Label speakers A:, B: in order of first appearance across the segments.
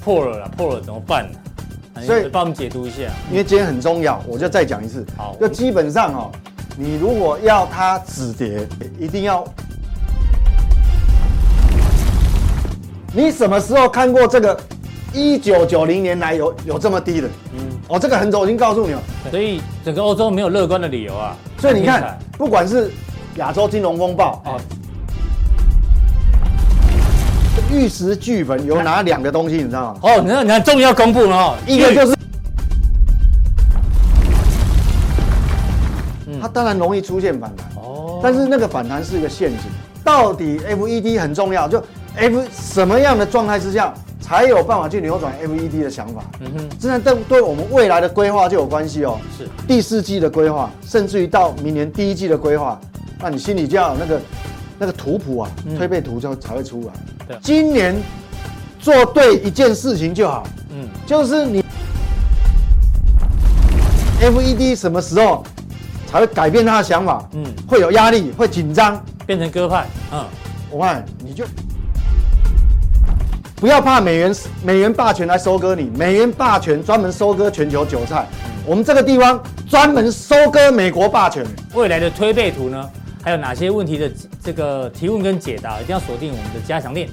A: 破了啦，破了怎么办呢、啊？
B: 所以
A: 你帮我们解读一下。
B: 因为今天很重要，我就再讲一次。
A: 好
B: 就基本上哦，你如果要它止跌，一定要。你什么时候看过这个？一九九零年来有有这么低的？
A: 嗯，
B: 哦，这个很早已经告诉你了。
A: 所以整个欧洲没有乐观的理由啊。
B: 所以你
A: 很精彩
B: 看，不管是亚洲金融风暴
A: 哦
B: 哦，玉石俱焚，有哪两个东西你知道吗？
A: 哦，你看，你看，终于要公布了哦，
B: 一个就是是，
A: 嗯
B: 它当然容易出现反弹，
A: 哦，
B: 但是那个反弹是一个陷阱。到底 FED 很重要，就 F 什么样的状态之下才有办法去扭转 FED 的想法？
A: 嗯哼，
B: 这对对我们未来的规划就有关系哦。
A: 是
B: 第四季的规划，甚至于到明年第一季的规划，那你心里就要有那个那个图谱啊，
A: 嗯
B: 推背图就才会出来。
A: 对
B: 今年做对一件事情就好，
A: 嗯，
B: 就是你 FED 什么时候才会改变他的想法？
A: 嗯
B: 嗯，会有压力，会紧张。
A: 变成鸽派，嗯，
B: 我看你就不要怕美元美元霸权来收割你，美元霸权专门收割全球韭菜，我们这个地方专门收割美国霸权。
A: 未来的推背图呢，还有哪些问题的这个提问跟解答，一定要锁定我们的加强店。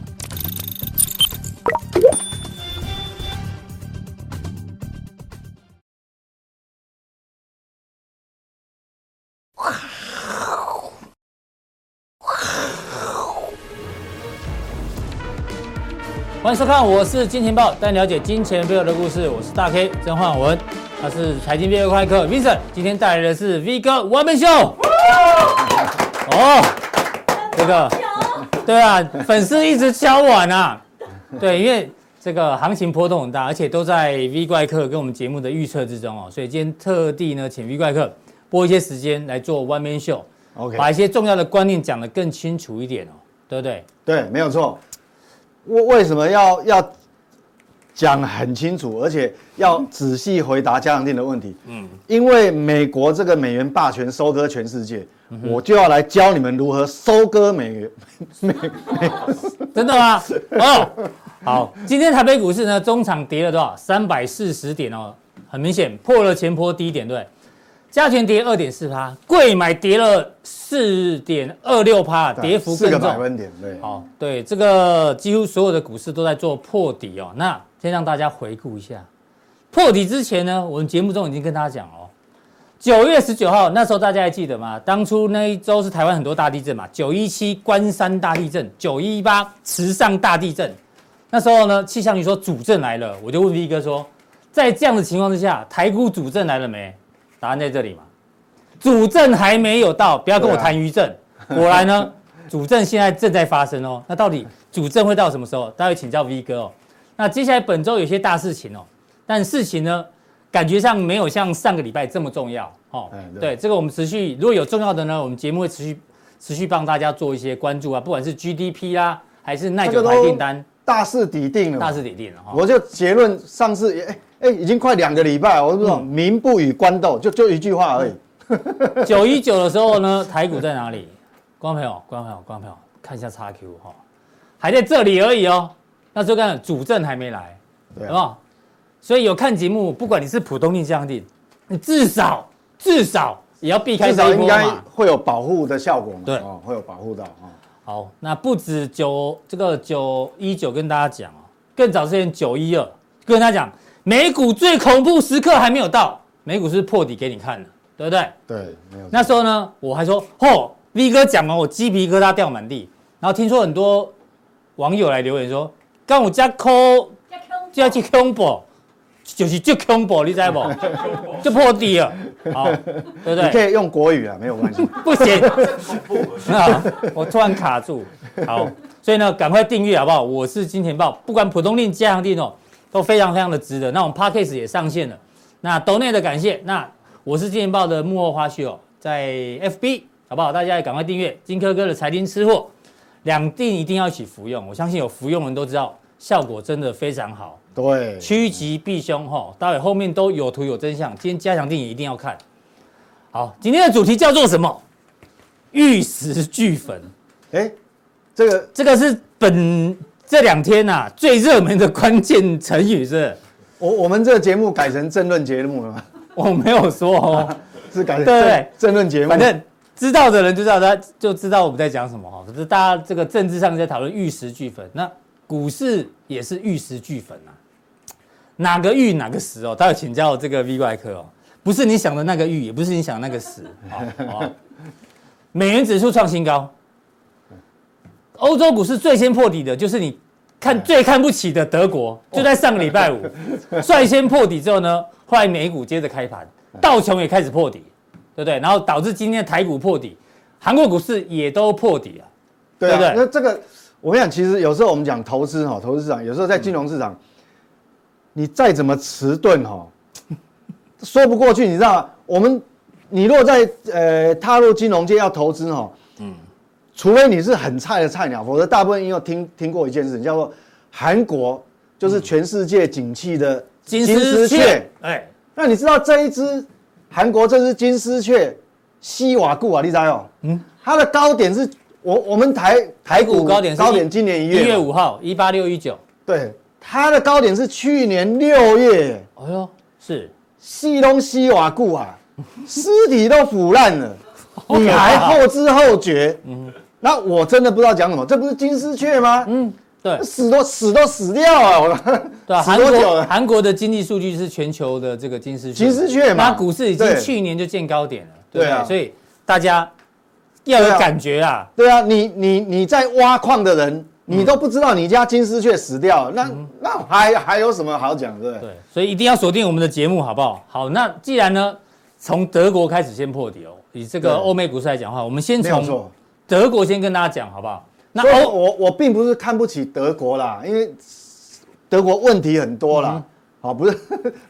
A: 欢迎收看，我是金钱豹，带你了解金钱背后的故事。我是大 K 曾焕文，他是财经背后快客 Vincent。今天带来的是 V 哥完美秀。哦，这个，对啊，粉丝一直敲碗啊。对，因为这个行情波动很大，而且都在 V 怪客跟我们节目的预测之中哦，所以今天特地呢，请 V 怪客拨一些时间来做 One Man Show，
B: OK，
A: 把一些重要的观念讲得更清楚一点哦，对不对？
B: 对，没有错。为为什么要要讲很清楚，而且要仔细回答家长定的问题？嗯，因为美国这个美元霸权收割全世界，
A: 嗯
B: 我就要来教你们如何收割美元。
A: 真的吗？哦，好，今天台北股市呢，中场跌了多少？三百四十点哦，很明显破了前波低点，对不对。加权跌二点四趴，贵买跌了四点二六趴，跌幅
B: 四
A: 更
B: 个
A: 重。
B: 百分点，对。
A: 好，对，这个几乎所有的股市都在做破底哦。那先让大家回顾一下，破底之前呢，我们节目中已经跟大家讲哦，九月十九号那时候大家还记得吗？当初那一周是台湾很多大地震嘛，九一七关山大地震，九一八池上大地震。那时候呢，气象局说主震来了，我就问 V 哥说，在这样的情况之下，台股主震来了没？答案在这里嘛，主震还没有到，不要跟我
B: 对啊
A: 谈余震。果然 呢，主震现在正在发生哦。那到底主震会到什么时候？待会请教 V 哥哦。那接下来本周有些大事情哦，但事情呢，感觉上没有像上个礼拜这么重要哦。
B: 嗯
A: 对，
B: 对
A: 这个我们持续，如果有重要的呢，我们节目会持续持续帮大家做一些关注啊，不管是 GDP 啦、还是耐久
B: 这个
A: 牌
B: 都
A: 订单，
B: 大势底定了嘛，
A: 大势底定了哈。
B: 哎我就结论，上次也哎哎，已经快两个礼拜，我是
A: 嗯
B: 说民不与官斗，就就一句话而已。
A: 九一九的时候 呢，台股在哪里？观众朋友，观众朋友，观众朋友，看一下叉 Q 哈、还在这里而已哦。那时候看主政还没来，
B: 对啊
A: 好不好？所以有看节目，不管你是普通定相定，你至少至少也要避开
B: 至
A: 这
B: 少
A: 一波
B: 应该
A: 嘛。
B: 会有保护的效果嘛，
A: 对
B: 哦，会有保护到啊。哦
A: 好，那不止九这个九一九跟大家讲哦，更早之前九一二跟大家讲，美股最恐怖时刻还没有到，美股是破底给你看的，对不对？
B: 对，没有错。
A: 那时候呢，我还说，嚯，V 哥讲完，我鸡皮疙瘩掉满地。然后听说很多网友来留言说，刚我家抠就要去恐怖， 就是就恐怖，你知道不？就破底了，好，对不
B: 你可
A: 对？
B: 以用国语啊，没有关 系。
A: 不行，啊，我突然卡住，好，所以呢，赶快订阅好不好？我是金钱豹，不管普通令、加强令哦，都非常非常的值得。那我们 Podcast 也上线了，那抖内的感谢。那我是金钱豹的幕后花絮哦，在 FB 好不好？大家也赶快订阅金科哥的财经吃货，两定一定要一起服用。我相信有服用的人都知道，效果真的非常好。
B: 对，
A: 趋吉避凶哈，待会后面都有图有真相。今天加强定也一定要看。好，今天的主题叫做什么？玉石俱焚，
B: 哎，这个
A: 这个是本这两天呐、啊，最热门的关键成语是，
B: 我我们这个节目改成政论节目了吗？
A: 我没有说哦，
B: 是改成
A: 对
B: 政政论节目，
A: 反正知道的人就知道他就知道我们在讲什么哈。可是大家这个政治上在讨论玉石俱焚，那股市也是玉石俱焚啊，哪个玉哪个石哦，待会请教这个 V 怪客哦，不是你想的那个玉，也不是你想的那个石，好，好不好美元指数创新高，欧洲股市最先破底的就是你看最看不起的德国，
B: 哦
A: 就在上个礼 拜五率先破底之后呢，后来美股接着开盘，道琼也开始破底，对不对？然后导致今天的台股破底，韩国股市也都破底啊。
B: 对啊
A: 对不对
B: 那这个我跟你讲，其实有时候我们讲投资哈，投资市场有时候在金融市场，你再怎么迟钝哈， 说不过去，你知道吗？我们你若在呃踏入金融界要投资哈，嗯，除非你是很菜的菜鸟，否则大部分应该听听过一件事情，叫做韩国就是全世界景气的
A: 嗯金丝雀，哎，
B: 那你知道这一只韩国这只金丝雀西瓦固啊，你知道哦？嗯，它的高点是我我们台
A: 台股高点是
B: 高点今年一
A: 一
B: 月嘛
A: 月五号一八六一九，
B: 对，它的高点是去年六月，
A: 哎呦，是
B: 西东西瓦固 啊，尸体都腐烂了，
A: 哦
B: 你还后知后觉？嗯，那我真的不知道讲什么，这不是金丝雀吗？嗯，
A: 对
B: 死都死都死掉啊！我
A: 对啊，
B: 死
A: 韩
B: 多久
A: 国
B: 了？
A: 韩国的经济数据是全球的这个金丝雀，
B: 金丝雀嘛
A: 那股市已经
B: 对
A: 去年就见高点了，对不
B: 对啊
A: 对？所以大家要
B: 对啊
A: 有感觉啊，
B: 对啊，你你你在挖矿的人，
A: 嗯
B: 你都不知道你家金丝雀死掉了，那、那还还有什么好讲的？
A: 对，所以一定要锁定我们的节目，好不好？好，那既然呢，从德国开始先破底哦，以这个
B: 对
A: 欧美股市来讲的话，我们先
B: 没有
A: 从
B: 错。
A: 德国先跟大家讲，好不好？那哦
B: 所以
A: 欧
B: 我我并不是看不起德国啦，因为德国问题很多
A: 嗯
B: 啦， 好、不是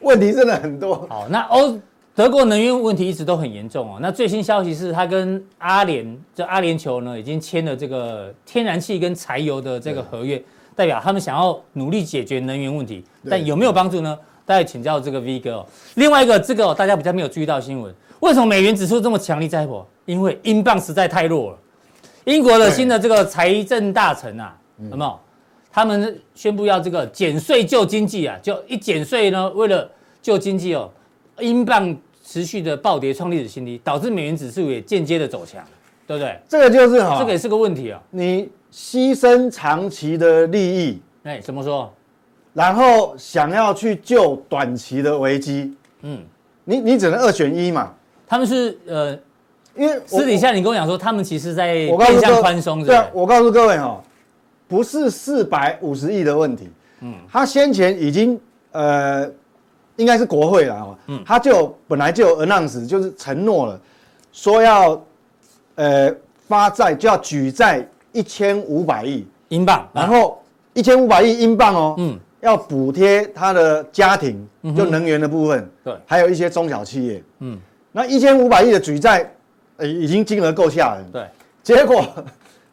B: 问题真的很多。
A: 好，那欧德国能源问题一直都很严重哦。那最新消息是，它跟阿联这阿联酋呢已经签了这个天然气跟柴油的这个合约，代表他们想要努力解决能源问题，
B: 对
A: 但有没有帮助呢？大家请教这个 V 哥、哦。另外一个，这个、哦、大家比较没有注意到新闻，为什么美元指数这么强力在破？因为英镑实在太弱了。英国的
B: 对
A: 新的这个财政大臣啊，
B: 嗯
A: 有没有？他们宣布要这个减税救经济啊，就一减税呢，为了救经济哦，英镑持续的暴跌创历史新低，导致美元指数也间接的走强，对不对？
B: 这个就是哈、
A: 这个也是个问题啊。
B: 你牺牲长期的利益，
A: 哎，怎么说？
B: 然后想要去救短期的危机，
A: 嗯，
B: 你你只能二选一嘛，
A: 他们是呃，
B: 因为我
A: 私底下你跟我讲说，他们其实在
B: 我告诉
A: 变
B: 各
A: 相
B: 位，
A: 宽松，
B: 对
A: 对
B: 啊
A: 不，对？
B: 我告诉各位哈、不是四百五十亿的问题，嗯，他先前已经呃，应该是国会了哈、嗯，他就本来就有 announce 就是承诺了，说要呃发债就要举债一千五百亿，
A: 英镑，
B: 然
A: 啊
B: 后一千五百亿英镑哦，
A: 嗯
B: 嗯，要补贴他的家庭，就能源的部分，
A: 对
B: 还有一些中小企业，
A: 嗯
B: 嗯，那一千五百亿的举债，呃，已经金额够吓人，
A: 啊对，
B: 结果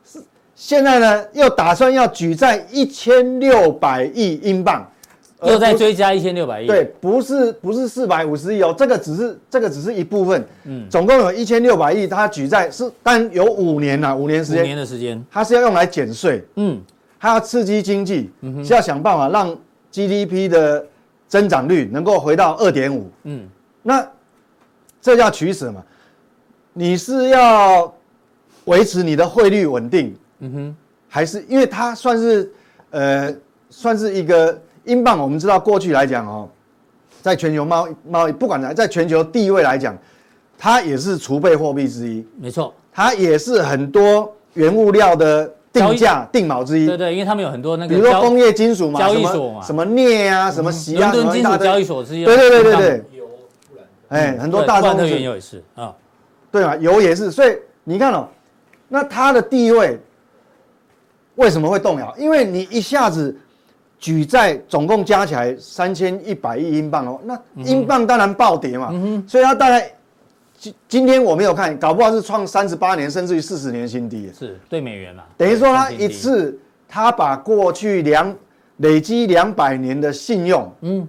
B: 是现在呢，又打算要举债一千六百亿英镑，而
A: 又在
B: 不是
A: 追加一千六百亿，
B: 对，，不是不是四百五十亿哦，这个只是这个只是一部分，嗯，总共有一千六百亿，它举债是，但有五年呐、五年时
A: 五年
B: 间，
A: 的时间，
B: 它是要用来减税，
A: 嗯，
B: 它要刺激经济，是要想办法让 GDP 的增长率能够回到二点五，
A: 嗯
B: 嗯，那这叫取舍嘛？你是要维持你的汇率稳定，嗯哼，还是因为它算是呃算是一个英镑，我们知道过去来讲哦，在全球贸易贸易不管在在全球地位来讲，它也是储备货币之一，
A: 没错，
B: 它也是很多原物料的
A: 交
B: 定
A: 易
B: 价定锚之一，
A: 对对，因为他们有很多那
B: 比
A: 个
B: 如说工业金属嘛，
A: 交
B: 什
A: 易
B: 么
A: 所嘛嗯
B: 什么镍啊，什么锡
A: 伦
B: 啊，什
A: 敦
B: 么一
A: 金
B: 大
A: 属
B: 堆
A: 交易所是用
B: 对对对对
A: 英镑
B: 对，哎，很多
A: 对
B: 大
A: 布兰特
B: 宗物
A: 原
B: 质，
A: 油也是啊，
B: 对嘛，油也是，所以你看哦，那它的地位为什么会动摇？因为你一下子举债总共加起来三千一百亿英镑哦，那英镑当然暴跌
A: 嗯
B: 嘛，所以它大概今今天我没有看，搞不好是创三十八年甚至于四十年新低耶。
A: 是对美元嘛，
B: 等于说他
A: 对
B: 一，次他把过去两累积两百年的信用，嗯，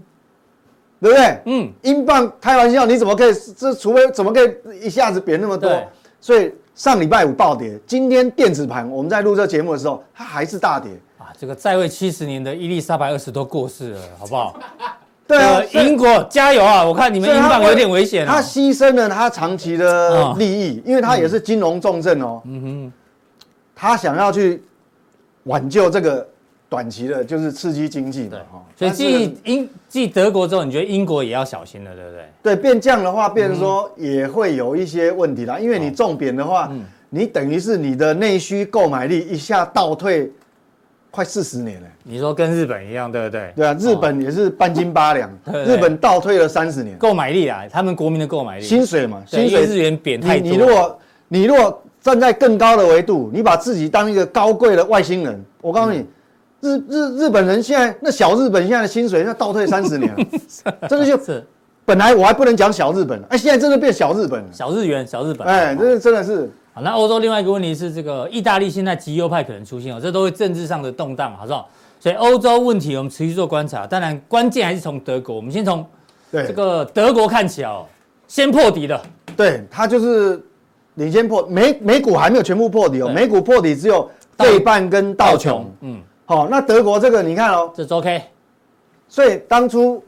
B: 对不对？
A: 嗯，
B: 英镑开玩笑，你怎么可以这除非怎么可以一下子贬那么多
A: 对？
B: 所以上礼拜五暴跌，今天电子盘我们在录这节目的时候，它还是大跌。
A: 啊，这个在位七十年的伊丽莎白二世都过世了，好不好？
B: 对啊，
A: 呃英国加油啊！我看你们
B: 所以
A: 英
B: 它
A: 镑
B: 会
A: 有点危险哦
B: 他
A: 啊。
B: 牺牲了他长期的利益，因为他也是金融重镇哦。嗯哼，他想要去挽救这个短期的，就是刺激经济嘛。哈
A: 所以
B: 但是
A: 继英继德国之后，你觉得英国也要小心了，对不对？
B: 对变降的话，
A: 嗯
B: 变成说也会有一些问题啦，因
A: 哦
B: 为你重贬的话，
A: 嗯
B: 你等于是你的内需购买力一下倒退快四十年了。
A: 你说跟日本一样，对不对？
B: 对啊，日本也是半斤八两，
A: 哦对
B: 日本倒退了三十年，
A: 购买力啊，他们国民的购买力，
B: 薪水嘛，
A: 对
B: 薪
A: 因为
B: 水
A: 日元贬太多。
B: 你你如果你如果站在更高的维度，你把自己当一个高贵的外星人，我告诉
A: 嗯
B: 你，日日日本人现在那小日本现在的薪水要倒退三 十年了，真的就是
A: 啊
B: 本来我还不能讲小日本，哎，现在真的变小日本了，
A: 小日元、小日本，
B: 哎，
A: 好
B: 这是真的是
A: 好，那欧洲另外一个问题是，这个意大利现在极右派可能出现哦，这都会政治上的动荡，好不好？所以欧洲问题我们持续做观察，当然关键还是从德国，我们先从
B: 对
A: 这个德国看起哦，先破底的，
B: 对，它就是领先破美美股还没有全部破底哦，
A: 对
B: 美股破底只有费半跟道琼，
A: 嗯，
B: 好、那德国这个你看哦，
A: 这周 K
B: 所以当初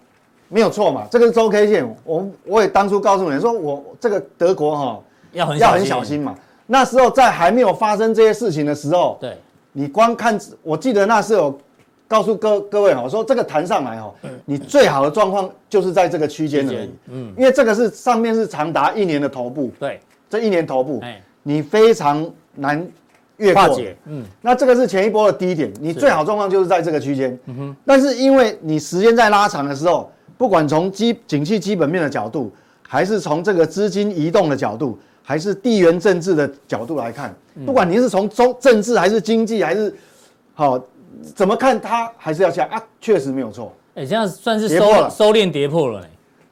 B: 没有错嘛，这个是周 K 线，我我也当初告诉你们说我这个德国哈、
A: 要很
B: 要很小，心嘛。那时候在还没有发生这些事情的时候，
A: 对，
B: 你光看，我记得那时候有告诉各各位哦，说这个弹上来哦，你最好的状况就是在这个区间而
A: 嗯区
B: 已
A: 间，嗯
B: 因为这个是上面是长达一年的头部，
A: 对，
B: 这一年头部，
A: 哎，
B: 你非常难越
A: 化
B: 过。
A: 解，嗯，
B: 那这个是前一波的低点，你最好状况就是在这个区间。但是因为你时间在拉长的时候，不管从基景气基本面的角度，还是从这个资金移动的角度，还是地缘政治的角度来看，不管你是从中政治还是经济还是好、怎么看它还是要下啊，确实没有错。
A: 哎，这样算是
B: 跌破
A: 收
B: 了
A: 收敛跌破了嘞，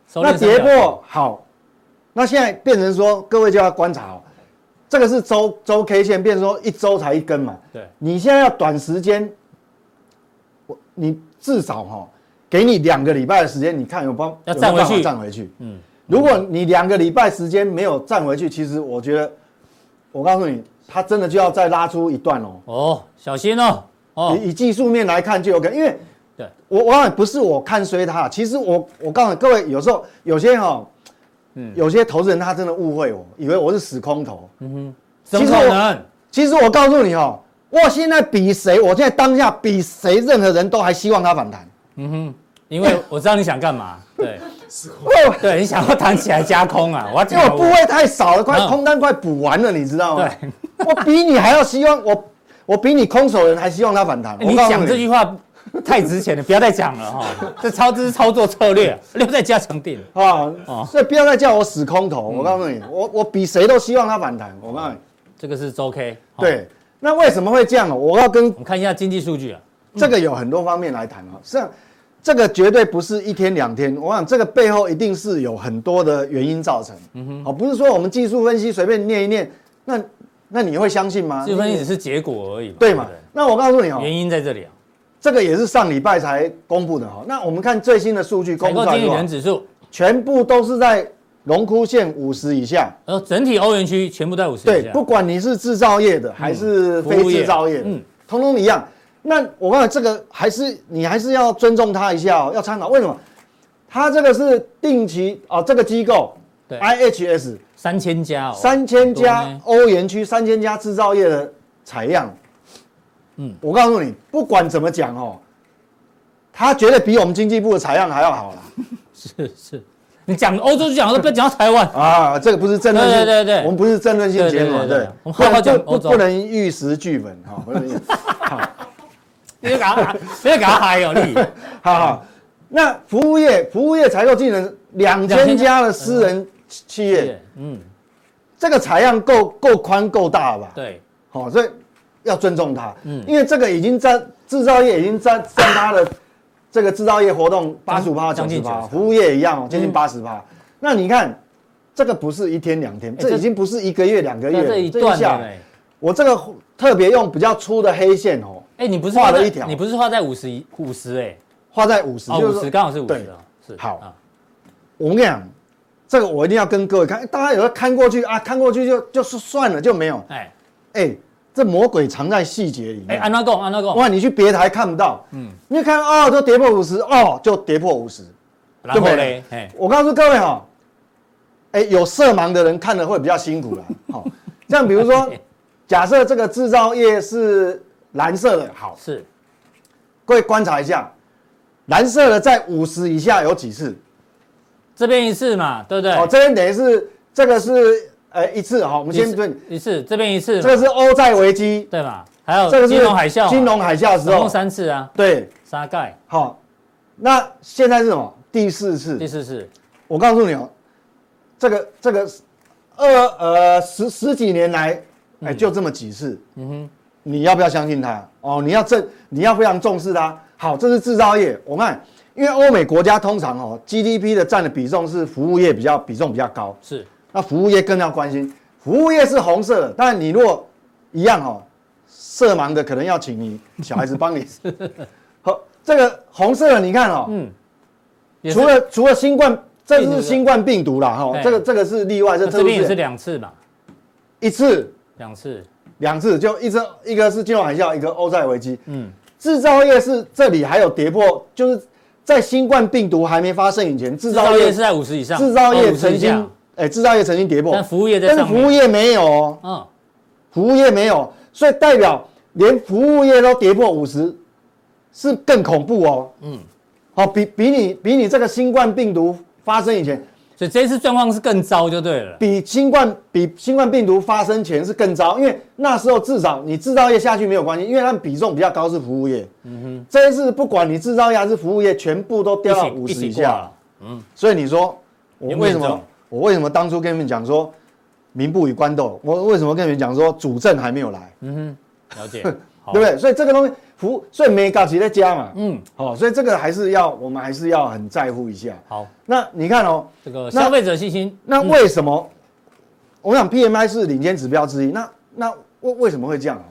A: 收
B: 那
A: 敛哦三
B: 跌
A: 角
B: 破好，那现在变成说，各位就要观察哦，这个是周周 K 线，变成说一周才一根嘛。
A: 对，
B: 你现在要短时间，我你至少哈、给你两个礼拜的时间，你看有帮
A: 要站回去
B: 站回去。
A: 嗯，
B: 如果你两个礼拜时间没有站回去，其实我觉得，我告诉你，它真的就要再拉出一段哦。
A: 哦，小心哦，哦，
B: 以以技术面来看就有可能，因为
A: 对，
B: 我我告诉你，不是我看衰它，其实我我告诉你各位，有时候有些哈、
A: 嗯
B: 有些投资人他真的误会我，以为我是死空头。
A: 怎么
B: 其实
A: 可
B: 我
A: 能？
B: 其实我告诉你哦，我现在比谁，我现在当下比谁任何人都还希望它反弹。
A: 嗯哼，因为我知道你想干嘛，对，对，你想要弹起来加空啊，我要
B: 因为我部位太少了，快
A: 嗯
B: 空单快补完了，你知道吗？
A: 对，
B: 我比你还要希望我，我比你空手人还希望它反弹。
A: 欸你
B: 我告诉
A: 讲这句话太值钱了，不要再讲了 哈，这操这是操作策略，留在加强定。
B: 啊，
A: 哦
B: 所以不要再叫我死空头。
A: 嗯
B: 我告诉你，我我比谁都希望它反弹。我告诉你，
A: 这个是周 K，哦
B: 对。那为什么会这样哦？我要跟
A: 我们看一下经济数据啊，
B: 这个有很多方面来谈哈，实际上这个绝对不是一天两天，我想这个背后一定是有很多的原因造成。嗯哼，哦，不是说我们技术分析随便念一念，那那你会相信吗？
A: 这分析只是结果而已嘛，
B: 对嘛
A: 不？对
B: 那我告诉你哦，
A: 原因在这里啊，
B: 这个也是上礼拜才公布的哈。那我们看最新的数据
A: 采
B: 公布
A: 购
B: 出来
A: 经理
B: 多少
A: 人指数，
B: 全部都是在荣枯线五十以下。
A: 呃，整体欧元区全部在五十以
B: 对，
A: 下，嗯
B: 不管你是制造业的还是非制造业的，
A: 服务业嗯
B: 通通一样。那我告诉你，这个还是你还是要尊重他一下哦，要参考。为什么？他这个是定期啊、哦这个机构
A: 对
B: IHS
A: 三千家哦，
B: 三千
A: 很多
B: 家
A: 呢
B: 欧元区三千家制造业的采样。
A: 嗯
B: 嗯，我告诉你，不管怎么讲哦，他绝对比我们经济部的采样还要好啦。
A: 是是，你讲欧洲就讲了，不要讲到台 湾，
B: 啊，这个不是争论性，
A: 对对对对
B: 我们不是争论性节目，
A: 对对对对
B: 对，
A: 我们好好讲
B: 不
A: 欧洲
B: 不不能玉石俱焚哈，不能。
A: 你就搞他，你就搞他嗨哦， 你
B: 好好，那服务业服务业采购技能两千家的私人企企业，，
A: 嗯，
B: 这个采样够够宽够大了吧？，
A: 对，
B: 好，所以要尊重它，
A: 嗯
B: 因为这个已经占制造业已经占占它的这个制造业活动八十五趴
A: 将
B: 九十
A: 近
B: 趴，
A: 90%
B: 服务业也一样哦，接近
A: 嗯
B: 八十趴。那你看，这个不是一天两天，
A: 这
B: 这已经不是一个月两个月
A: 那
B: 了，
A: 哎这一段哎
B: 下
A: 的
B: 来
A: 嘞。
B: 我这个特别用比较粗的黑线哦，
A: 哎、你不是
B: 画
A: 画
B: 了
A: 在
B: 一条
A: 你不是画在五十五十哎，
B: 画在五十，
A: 哦，
B: 就是
A: 五
B: 说
A: 十刚好是五
B: 对
A: 十啊，是
B: 好
A: 啊，
B: 我们跟你讲，这个我一定要跟各位看，大家有的看过去啊，看过去就就是算了，就没有。
A: 哎
B: 哎、这魔鬼藏在细节里
A: 哎，
B: 面。
A: 安娜贡，安娜贡，
B: 嗯哇，你去别台看不到，嗯，你看哦，就跌破五十，哦，就跌破五十。
A: 然后
B: 就没了
A: 嘞，哎，
B: 我告诉各位哈、哎、有色盲的人看的会比较辛 苦啦。好、像比如说，假设这个制造业是蓝色的，好，
A: 是
B: 各位观察一下，蓝色的在五十以下有几次？
A: 这边一次嘛，对不对？
B: 哦，这边等于是这个是呃一次哈、我们
A: 一
B: 先
A: 次
B: 对，
A: 一次，这边一次
B: 这
A: 嘛，
B: 个是欧债危机，
A: 对嘛？还有
B: 这个是
A: 金融海啸，啊
B: 金融海啸的时
A: 总共
B: 候，
A: 三次啊，
B: 对，
A: 沙盖
B: 好、那现在是什么？第四次
A: 第，四次，
B: 我告诉你哦，这个这个二呃十十几年来，哎，就这么几次，嗯哼，你要不要相信它？哦，你要正，你要非常重视它。好，这是制造业，我看，因为欧美国家通常哦 GDP 的占的比重是服务业比较比重比较高，
A: 是
B: 那服务业更要关心，服务业是红色的，但你如果一样哦，色盲的可能要请你小孩子 帮你。好，这个红色的你看哦，
A: 嗯也是
B: 除了除了新冠，这
A: 病毒
B: 是
A: 的
B: 新冠病毒啦，哈
A: 哎，
B: 这个这个是例外，这
A: 那
B: 特
A: 这
B: 殊
A: 边也是
B: 事件
A: 两次嘛，
B: 一次
A: 两次，
B: 两次，就一次一个是金融海啸，一个欧债危机。
A: 嗯，
B: 制造业是这里还有跌破，就是在新冠病毒还没发生以前，制
A: 制
B: 造
A: 造
B: 业
A: 业是在五十以上，
B: 制造
A: 哦
B: 业
A: 50
B: 曾
A: 以下
B: 经，哎，制造业曾经跌破，
A: 但服务业在
B: 但是
A: 上
B: 服
A: 面，
B: 务业没有哦，
A: 嗯，
B: 服务业没有，所以代表连服务业都跌破五十，是更恐怖哦。嗯，好，比比你比你这个新冠病毒发生以前，
A: 所以这一次状况是更糟就对了，
B: 比新冠比新冠病毒发生前是更糟，因为那时候至少你制造业下去没有关系，因为它们比重比较高是服务业。嗯哼，这一次不管你制造业还是服务业，全部都掉到五
A: 一
B: 十
A: 起一
B: 以
A: 起挂
B: 下
A: 了。，
B: 所以你说我
A: 严不
B: 为什
A: 严
B: 么
A: 重
B: 我为什么当初跟你们讲说民不与官斗？我为什么跟你们讲说主政还没有来，
A: 了 解，好
B: 对不对？所以这个东西服务，所以没搞起在家嘛。
A: 嗯，
B: 好、所以这个还是要我们还是要很在乎一下。
A: 好，
B: 那你看哦，
A: 这个
B: 那
A: 消费者信心，
B: 那为什么？我想 PMI 是领先指标之一。那那为为什么会这样啊？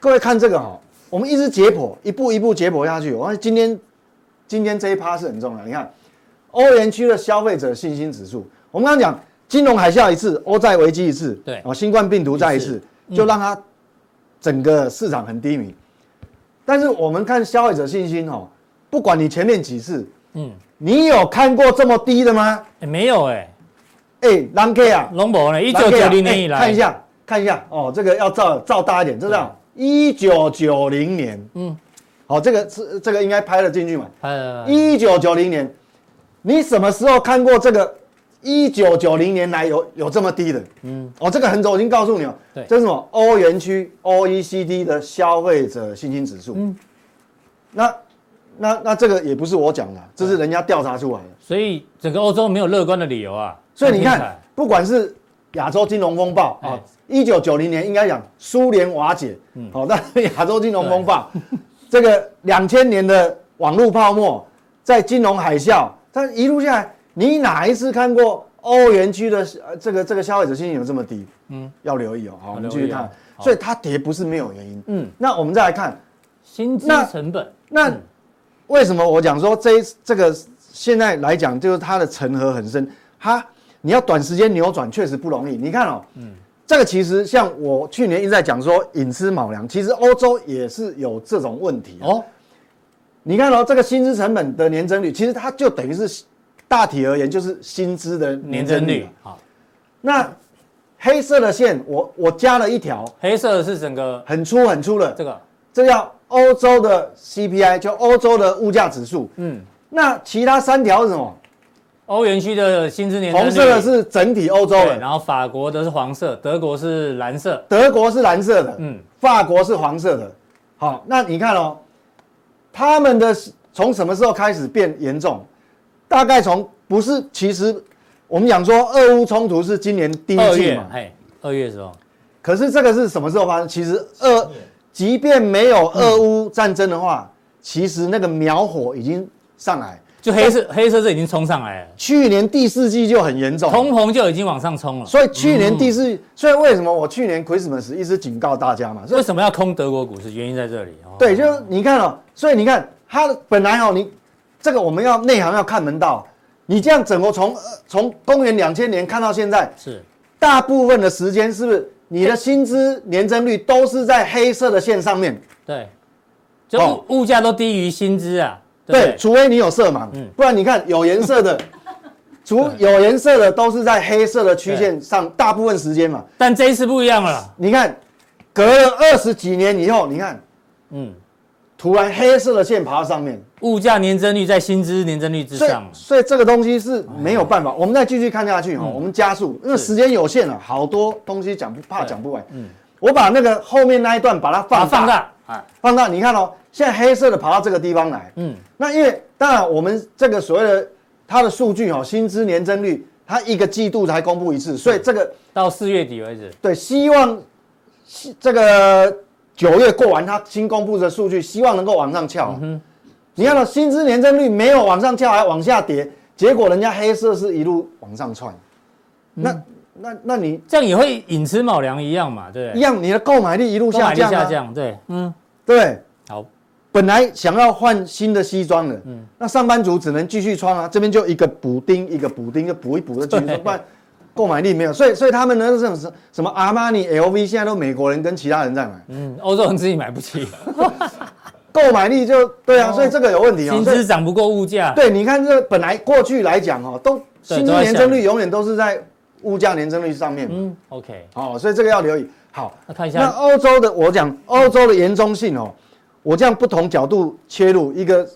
B: 各位看这个哈、我们一直解剖，一步一步解剖下去。我看今天今天这一趴是很重要。你看，欧元区的消费者信心指数，我们刚刚讲金融海啸一次，欧债危机一次，
A: 对
B: 哦，新冠病毒再一
A: 一
B: 次
A: 次，嗯
B: 就让它整个市场很低迷。但是我们看消费者信心哦，不管你前面几次，
A: 嗯，
B: 你有看过这么低的吗？
A: 哎没有哎，
B: 哎、狼 K 啊，
A: 龙博呢？一
B: 一
A: 九九零年以来，
B: 哎看一，下，看一下哦，这个要照照大一点，这样一九九零年，
A: 嗯
B: 嗯，好、这个是这个应该拍得进去嘛？
A: 呃，
B: 一九九零年，你什么时候看过这个？一九九零年来有有这么低的？嗯，哦，这个很早我已经告诉你了，
A: 对
B: 这是什么？欧元区 OECD 的消费者信心指数。嗯，那那那这个也不是我讲的，啊这是人家调查出来的。
A: 所以整个欧洲没有乐观的理由啊，
B: 所以你
A: 听起来
B: 看，不管是亚洲金融风暴啊
A: 哎，
B: 一九九零年应该讲苏联瓦解，好、但是亚洲金融风暴，这个两千年的网络泡沫，在金融海啸，但一路下来，你哪一次看过欧元区的呃这个这个消费者信心有这么低？嗯，要留意哦。好，我们继续
A: 留意哦
B: 看，
A: 好
B: 所以它跌不是没有原因。
A: 嗯
B: 嗯，那我们再来看，
A: 薪资
B: 那
A: 成本，
B: 那为什么我讲说这一这个现在来讲，就是它的层合很深，它你要短时间扭转确实不容易。你看哦，嗯，这个其实像我去年一直在讲说隐私卯粮，其实欧洲也是有这种问题哦。
A: 哦，
B: 你看哦，这个薪资成本的年增率，其实它就等于是大体而言就是薪资的
A: 年
B: 年
A: 增
B: 增率
A: 率。，好，
B: 那黑色的线，我我加了一条
A: 黑色的是整个
B: 很粗很粗的，
A: 这个，
B: 这叫欧洲的 CPI，就欧洲的物价指数。
A: 嗯，
B: 那其他三条是什么？
A: 欧元区的薪资年增率
B: 红色的是整体欧洲
A: 对，
B: 的，
A: 然后法国的是黄色，德国是蓝色，
B: 德国是蓝色的，
A: 嗯
B: 嗯，法国是黄色的。好，那你看哦，他们的从什么时候开始变严重？大概从不是，其实我们讲说俄乌冲突是今年第一
A: 二
B: 季
A: 月哎
B: 嘛，，
A: 嘿，二月的时候，
B: 可是这个是什么时候发生？其实俄，即便没有俄乌战争的
A: 嗯
B: 话，其实那个苗火已经上来，
A: 就黑色黑色是已经冲上来了，
B: 去年第四季就很严重，
A: 通膨就已经往上冲了，
B: 所以去年第
A: 嗯
B: 四，所以为什么我去年 Christmas 一直警告大家嘛？所
A: 为
B: 以
A: 什么要空德国股市？原因在这里哦。
B: 对，就是你看哦，所以你看它本来哦，你这个我们要内行要看门道，你这样整个从呃从公元两千年看到现在，
A: 是
B: 大部分的时间是不是你的薪资年增率都是在黑色的线上面？
A: 对，就物
B: 哦
A: 物价都低于薪资啊，对不嗯
B: 对
A: 对，？
B: 除非你有色盲，不然你看有颜 色的，除有颜色的都是在黑色的曲线上，大部分时间嘛。
A: 但这一次不一样了，
B: 你看，隔了二十几年以后，你看
A: 嗯，
B: 突然黑色的线爬到上面，
A: 物价年增率在薪资年增率之
B: 所以
A: 上，哎
B: 所以这个东西是没有办法。我们再继续看下去
A: 嗯
B: 哈，我们加速，因为时间有限了，啊好多东西讲不怕讲不完。我把那个后面那一段把它
A: 嗯把它
B: 放
A: 放
B: 大，
A: 大啊，
B: 放大，你看哦，现在黑色的爬到这个地方来，
A: 嗯，
B: 那因为当然我们这个所谓的它的数据哦，薪资年增率，它一个季度才公布一次，所以
A: 嗯
B: 这个
A: 到四月底为止，
B: 对希望希这个九月过完它新公布的数据，希望能够往上翘。
A: 嗯
B: 你看到薪资年增率没有往上翘，还往下跌，结果人家黑色是一路往上窜，
A: 嗯
B: 那那那你
A: 这样也会寅吃卯粮一样嘛，对不
B: 一
A: 对？
B: 样你的购买力一路
A: 购买
B: 下
A: 力
B: 降、啊，
A: 下降，对，嗯，
B: 对不对。
A: 好，
B: 本来想要换新的西装的，
A: 嗯
B: 那上班族只能继续穿啊，这边就一个补丁一个补丁，就补一补就继 续
A: 对
B: 穿，不然购买力没有。所以所以他们呢，这种什什么阿玛尼、LV，现在都美国人跟其他人在买，
A: 嗯，欧洲人自己买不 起，
B: 购买力就哎对啊，所以这个有问题啊。
A: 哦薪
B: 所以
A: 资涨不过物价，
B: 对，你看这本来过去来讲哦，都
A: 对
B: 薪
A: 都
B: 资
A: 在
B: 年
A: 下
B: 增
A: 面
B: 率永远都是在物价年增率上面嘛，
A: 嗯，OK，
B: 哦，所以这个要留意。好，
A: 那看一
B: 那
A: 下，
B: 欧洲的，我讲欧洲的严重性哦，我这样不同角度切入，一个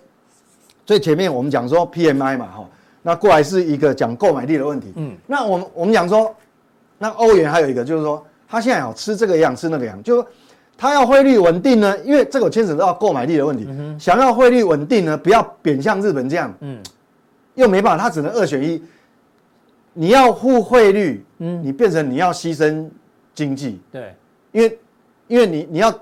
B: 最前面我们讲说 PMI 嘛，哈，那过来是一个讲购买力的问题，
A: 嗯
B: 嗯，那我们我们讲说，那欧元还有一个就是说，它现在哦吃这个样吃那个样，就是说它要汇率稳定呢，因为这个牵扯到购买力的问题，想要汇率稳定呢，不要贬像日本这样，
A: 嗯，
B: 又没办法，它只能二选一，你要护汇率，嗯，你变成你要牺牲经济，
A: 对，
B: 因为因为你你要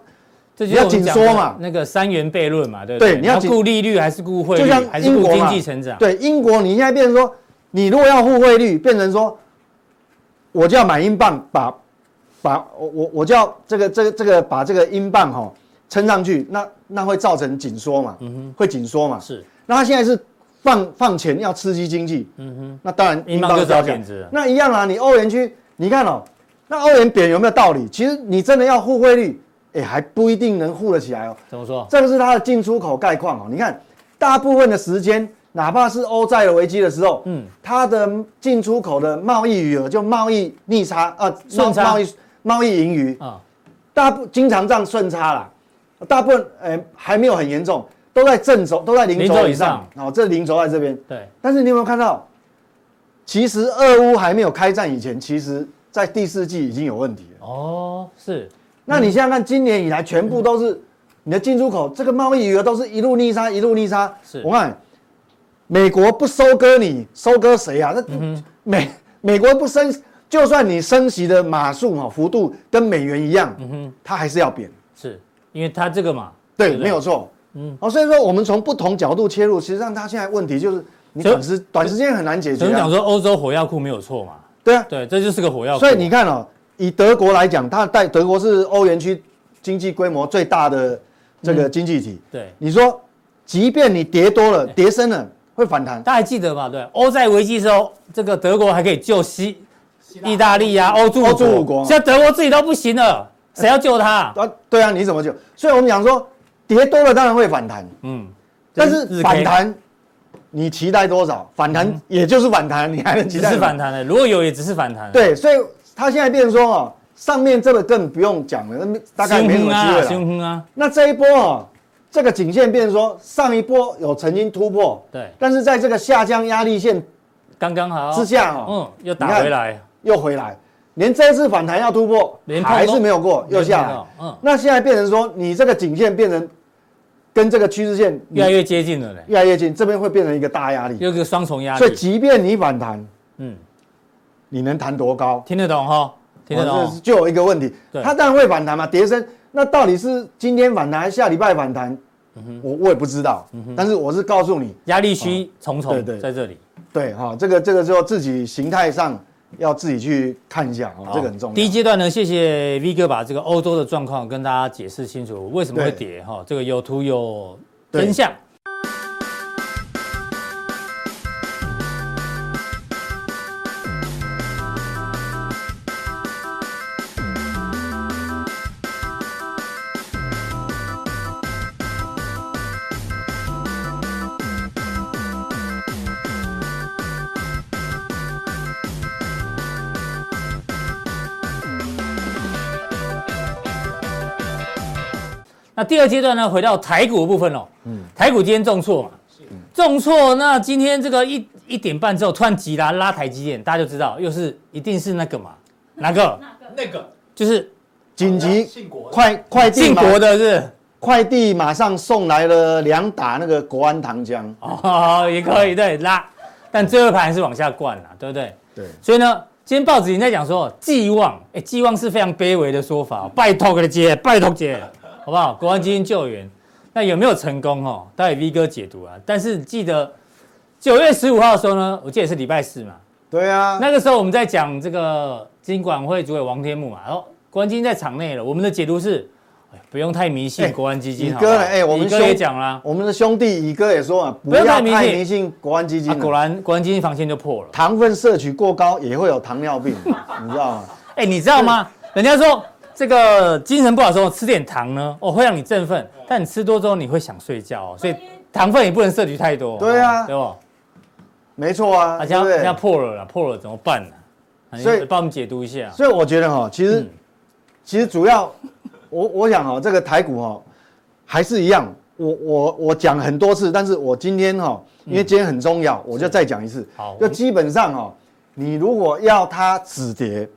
A: 这就是我们讲
B: 你要紧缩
A: 的
B: 嘛
A: 那个三元悖论嘛，对不对？
B: 对你要紧
A: 顾利率还是顾汇
B: 就
A: 率，
B: 像
A: 还是
B: 英
A: 顾
B: 国
A: 经
B: 嘛，
A: 济成长？
B: 对，英国你现在变成说，你如果要互惠率，变成说，我就要买英镑，把把我我我就要这个这个这个把这个英镑哈、撑上去，那那会造成紧缩
A: 嗯
B: 嘛，会紧缩嘛。
A: 是，
B: 那他现在是放放钱要刺激经济，嗯哼，那当然
A: 英
B: 英
A: 镑
B: 镑
A: 就是是要
B: 要
A: 贬
B: 贬
A: 值了
B: 那一样啊，你欧元区，你看哦，那欧元贬有没有道理？其实你真的要互惠率，哎、还不一定能护得起来哦。
A: 怎么说？
B: 这个是它的进出口概况哦。你看，大部分的时间，哪怕是欧债的危机的时候，
A: 嗯
B: 嗯，它的进出口的贸易余额就贸易逆差啊，呃
A: 顺差
B: 贸贸易贸易盈余，
A: 啊，
B: 大部经常账顺差啦，大部分呃还没有很严重，都在正轴，都在零
A: 零轴
B: 轴
A: 以
B: 以上。哦，这零轴在这边，
A: 对，
B: 但是你有没有看到，其实俄乌还没有开战以前，其实在第四季已经有问题了。
A: 哦，是，
B: 那你想想看，今年以来全部都是你的进出口，这个贸易余额都是一路逆差，一路逆差
A: 是。
B: 我看美国不收割你，收割谁啊？
A: 嗯
B: 那、美美国不升，就算你升息的码数哈、幅度跟美元一
A: 嗯
B: 样，它还是要贬。
A: 是因为它这个嘛，
B: 对，
A: 不
B: 没有错。嗯，哦，所以说我们从不同角度切入，其实上它现在问题就是你
A: 所以
B: 短时短时间很难解
A: 只
B: 决、
A: 能讲
B: 啊。
A: 说欧洲火药库没有错嘛，
B: 对啊，
A: 对，这就是个火药库。
B: 所以你看哦，以德国来讲，它在德国是欧元区经济规模最大的这
A: 嗯
B: 个经济体。
A: 对，
B: 你说，即便你跌多了、跌深了，会反弹。
A: 大家还记得吧？对，欧债危机的时候，这个德国还可以救西、意大利啊、欧洲
B: 欧洲五国
A: 现在德国自己都不行了，谁要救它？
B: 啊，对啊，你怎么就？所以我们讲说，跌多了当然会反弹，
A: 嗯，
B: 但
A: 这
B: 是
A: 日
B: 反
A: K
B: 弹，你期待多少？反弹也就是反弹， 你还能期
A: 只
B: 待
A: 是
B: 什么
A: 反？弹的，如果有也只是反弹。，
B: 对，所以它现在变成说哦，上面这个更不用讲了，那大概没什么机会
A: 凶
B: 了。
A: 哼啊，
B: 那这一波哦，这个颈线变成说，上一波有曾经突破，
A: 对，
B: 但是在这个下降压力线
A: 刚刚好
B: 之下哦，
A: 嗯，又打回来，
B: 又回来，连这次反弹要突破
A: 连，碰都
B: 还是没有过，又下
A: 没有
B: 来
A: 碰。到，嗯，
B: 那现在变成说，你这个颈线变成跟这个趋势线
A: 越来越接近了嘞，
B: 越来越近，这边会变成一个大压力。
A: 又有个双重压
B: 所以，
A: 力。
B: 即便你反弹，
A: 嗯，
B: 你能弹多高？
A: 听得懂哈？听得
B: 哦
A: 懂
B: 这。就有一个问题
A: 对，
B: 它当然会反弹嘛，跌升。那到底是今天反弹还是下礼拜反弹？
A: 嗯
B: 我我也不知道，但是我是告诉你，
A: 压力区重重
B: 对对
A: 在这里，
B: 对哈，这个这个就自己形态上要自己去看一下哦，这个很重要。
A: 第一阶段呢，谢谢 V 哥把这个欧洲的状况跟大家解释清楚，为什么会跌哈，这个有图有真相。那第二阶段呢，回到台股的部分哦，
B: 嗯
A: 台股今天重挫嘛，重挫，那今天这个一一点半之后突然急拉拉台积电，大家就知道又是一定是那个嘛，哪个？
C: 那个
A: 就是
B: 紧急
C: 信国的
B: 快快递
A: 晋
B: 马
A: 国的是不是
B: 快递马上送来了两打那个国安糖浆，
A: 哦，也可以对拉，但最后一盘还是往下灌啦，对不对？
B: 对，
A: 所以呢，今天报纸已经在讲说寄望，哎，寄望是非常卑微的说法哦、拜托给姐，拜托姐，好不好？国安基金救援，那有没有成功哦？待会 V 哥解读啊。但是记得九月十五号的时候呢，我记得也是礼拜四嘛，
B: 对啊，
A: 那个时候我们在讲这个金管会主委王天木嘛，然后国安基金在场内了，我们的解读是。哎不用太迷信
B: 哎
A: 国安基金
B: 乙
A: 好不好，
B: 哥呢哎我们
A: 乙哥也
B: 兄
A: 讲啊啦，
B: 我们的兄弟乙哥也说啊，不
A: 要
B: 要
A: 太
B: 太
A: 迷信
B: 迷信国安基金
A: 啊
B: 啊、
A: 果然国安基金防线就破了。
B: 糖分摄取过高也会有糖尿病，你知道吗？
A: 哎、你知道吗？人家说这个精神不好的时候吃点糖呢，哦，会让你振奋，但你吃多之后你会想睡觉、哦，所以糖分也不能摄取太多。
B: 对
A: 哦
B: 啊
A: 对吧？
B: 没错啊，
A: 啊，这
B: 对
A: 样
B: 不
A: 这样
B: 对？
A: 破了啦，破了怎么办呢、啊？
B: 所
A: 所
B: 以
A: 以帮我们解读一下。
B: 所以我觉得哈，其实、
A: 嗯
B: 其实主要，我我想哈，这个台股哈还是一样，我我我讲很多次，但是我今天哈，因为今天很重要，我就再讲一次。
A: 嗯好
B: 就基本上哦，你如果要它止跌，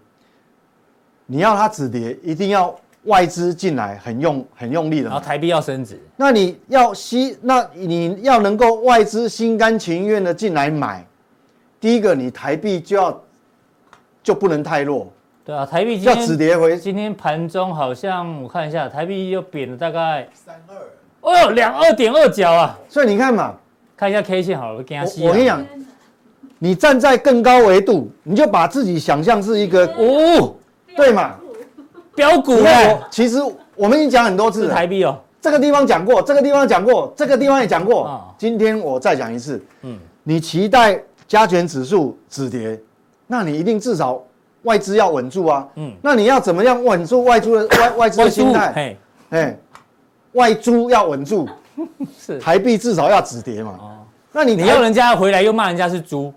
B: 你要它止跌，一定要外资进来很用很用力的
A: 然
B: 嘛
A: 后。台币要升值，
B: 那你要吸，那你要能够外资心甘情愿的进来买，第一个你台币就要就不能太弱，
A: 对啊，台币今
B: 要止
A: 天
B: 跌回
A: 今天盘中好像我看一下，台币又贬了大概，
C: 三二，
A: 哦呦，两二点二角啊，
B: 所以你看嘛，
A: 看一下 K 线好了，我给它吸、啊。
B: 我我跟你讲，你站在更高维度，你就把自己想象是一个
A: 哦，
B: 对嘛？
A: 标股
B: 你看
A: 哎
B: 我，其实我们已经讲很多次
A: 是
B: 了，
A: 台币哦，
B: 这个地方讲过，这个地方讲过，这个地方也讲
A: 啊
B: 过。今天我再讲一次，
A: 嗯，
B: 你期待加权指数止跌，那你一定至少外资要稳住啊。
A: 嗯
B: 嗯，那你要怎么样稳住外资的外外资的心态？
A: 嘿，
B: 哎，外资要稳住，
A: 是。
B: 台币至少要止跌嘛。
A: 哦
B: 那你
A: 你
B: 你
A: 要
B: 要
A: 人家回来又骂人家是猪，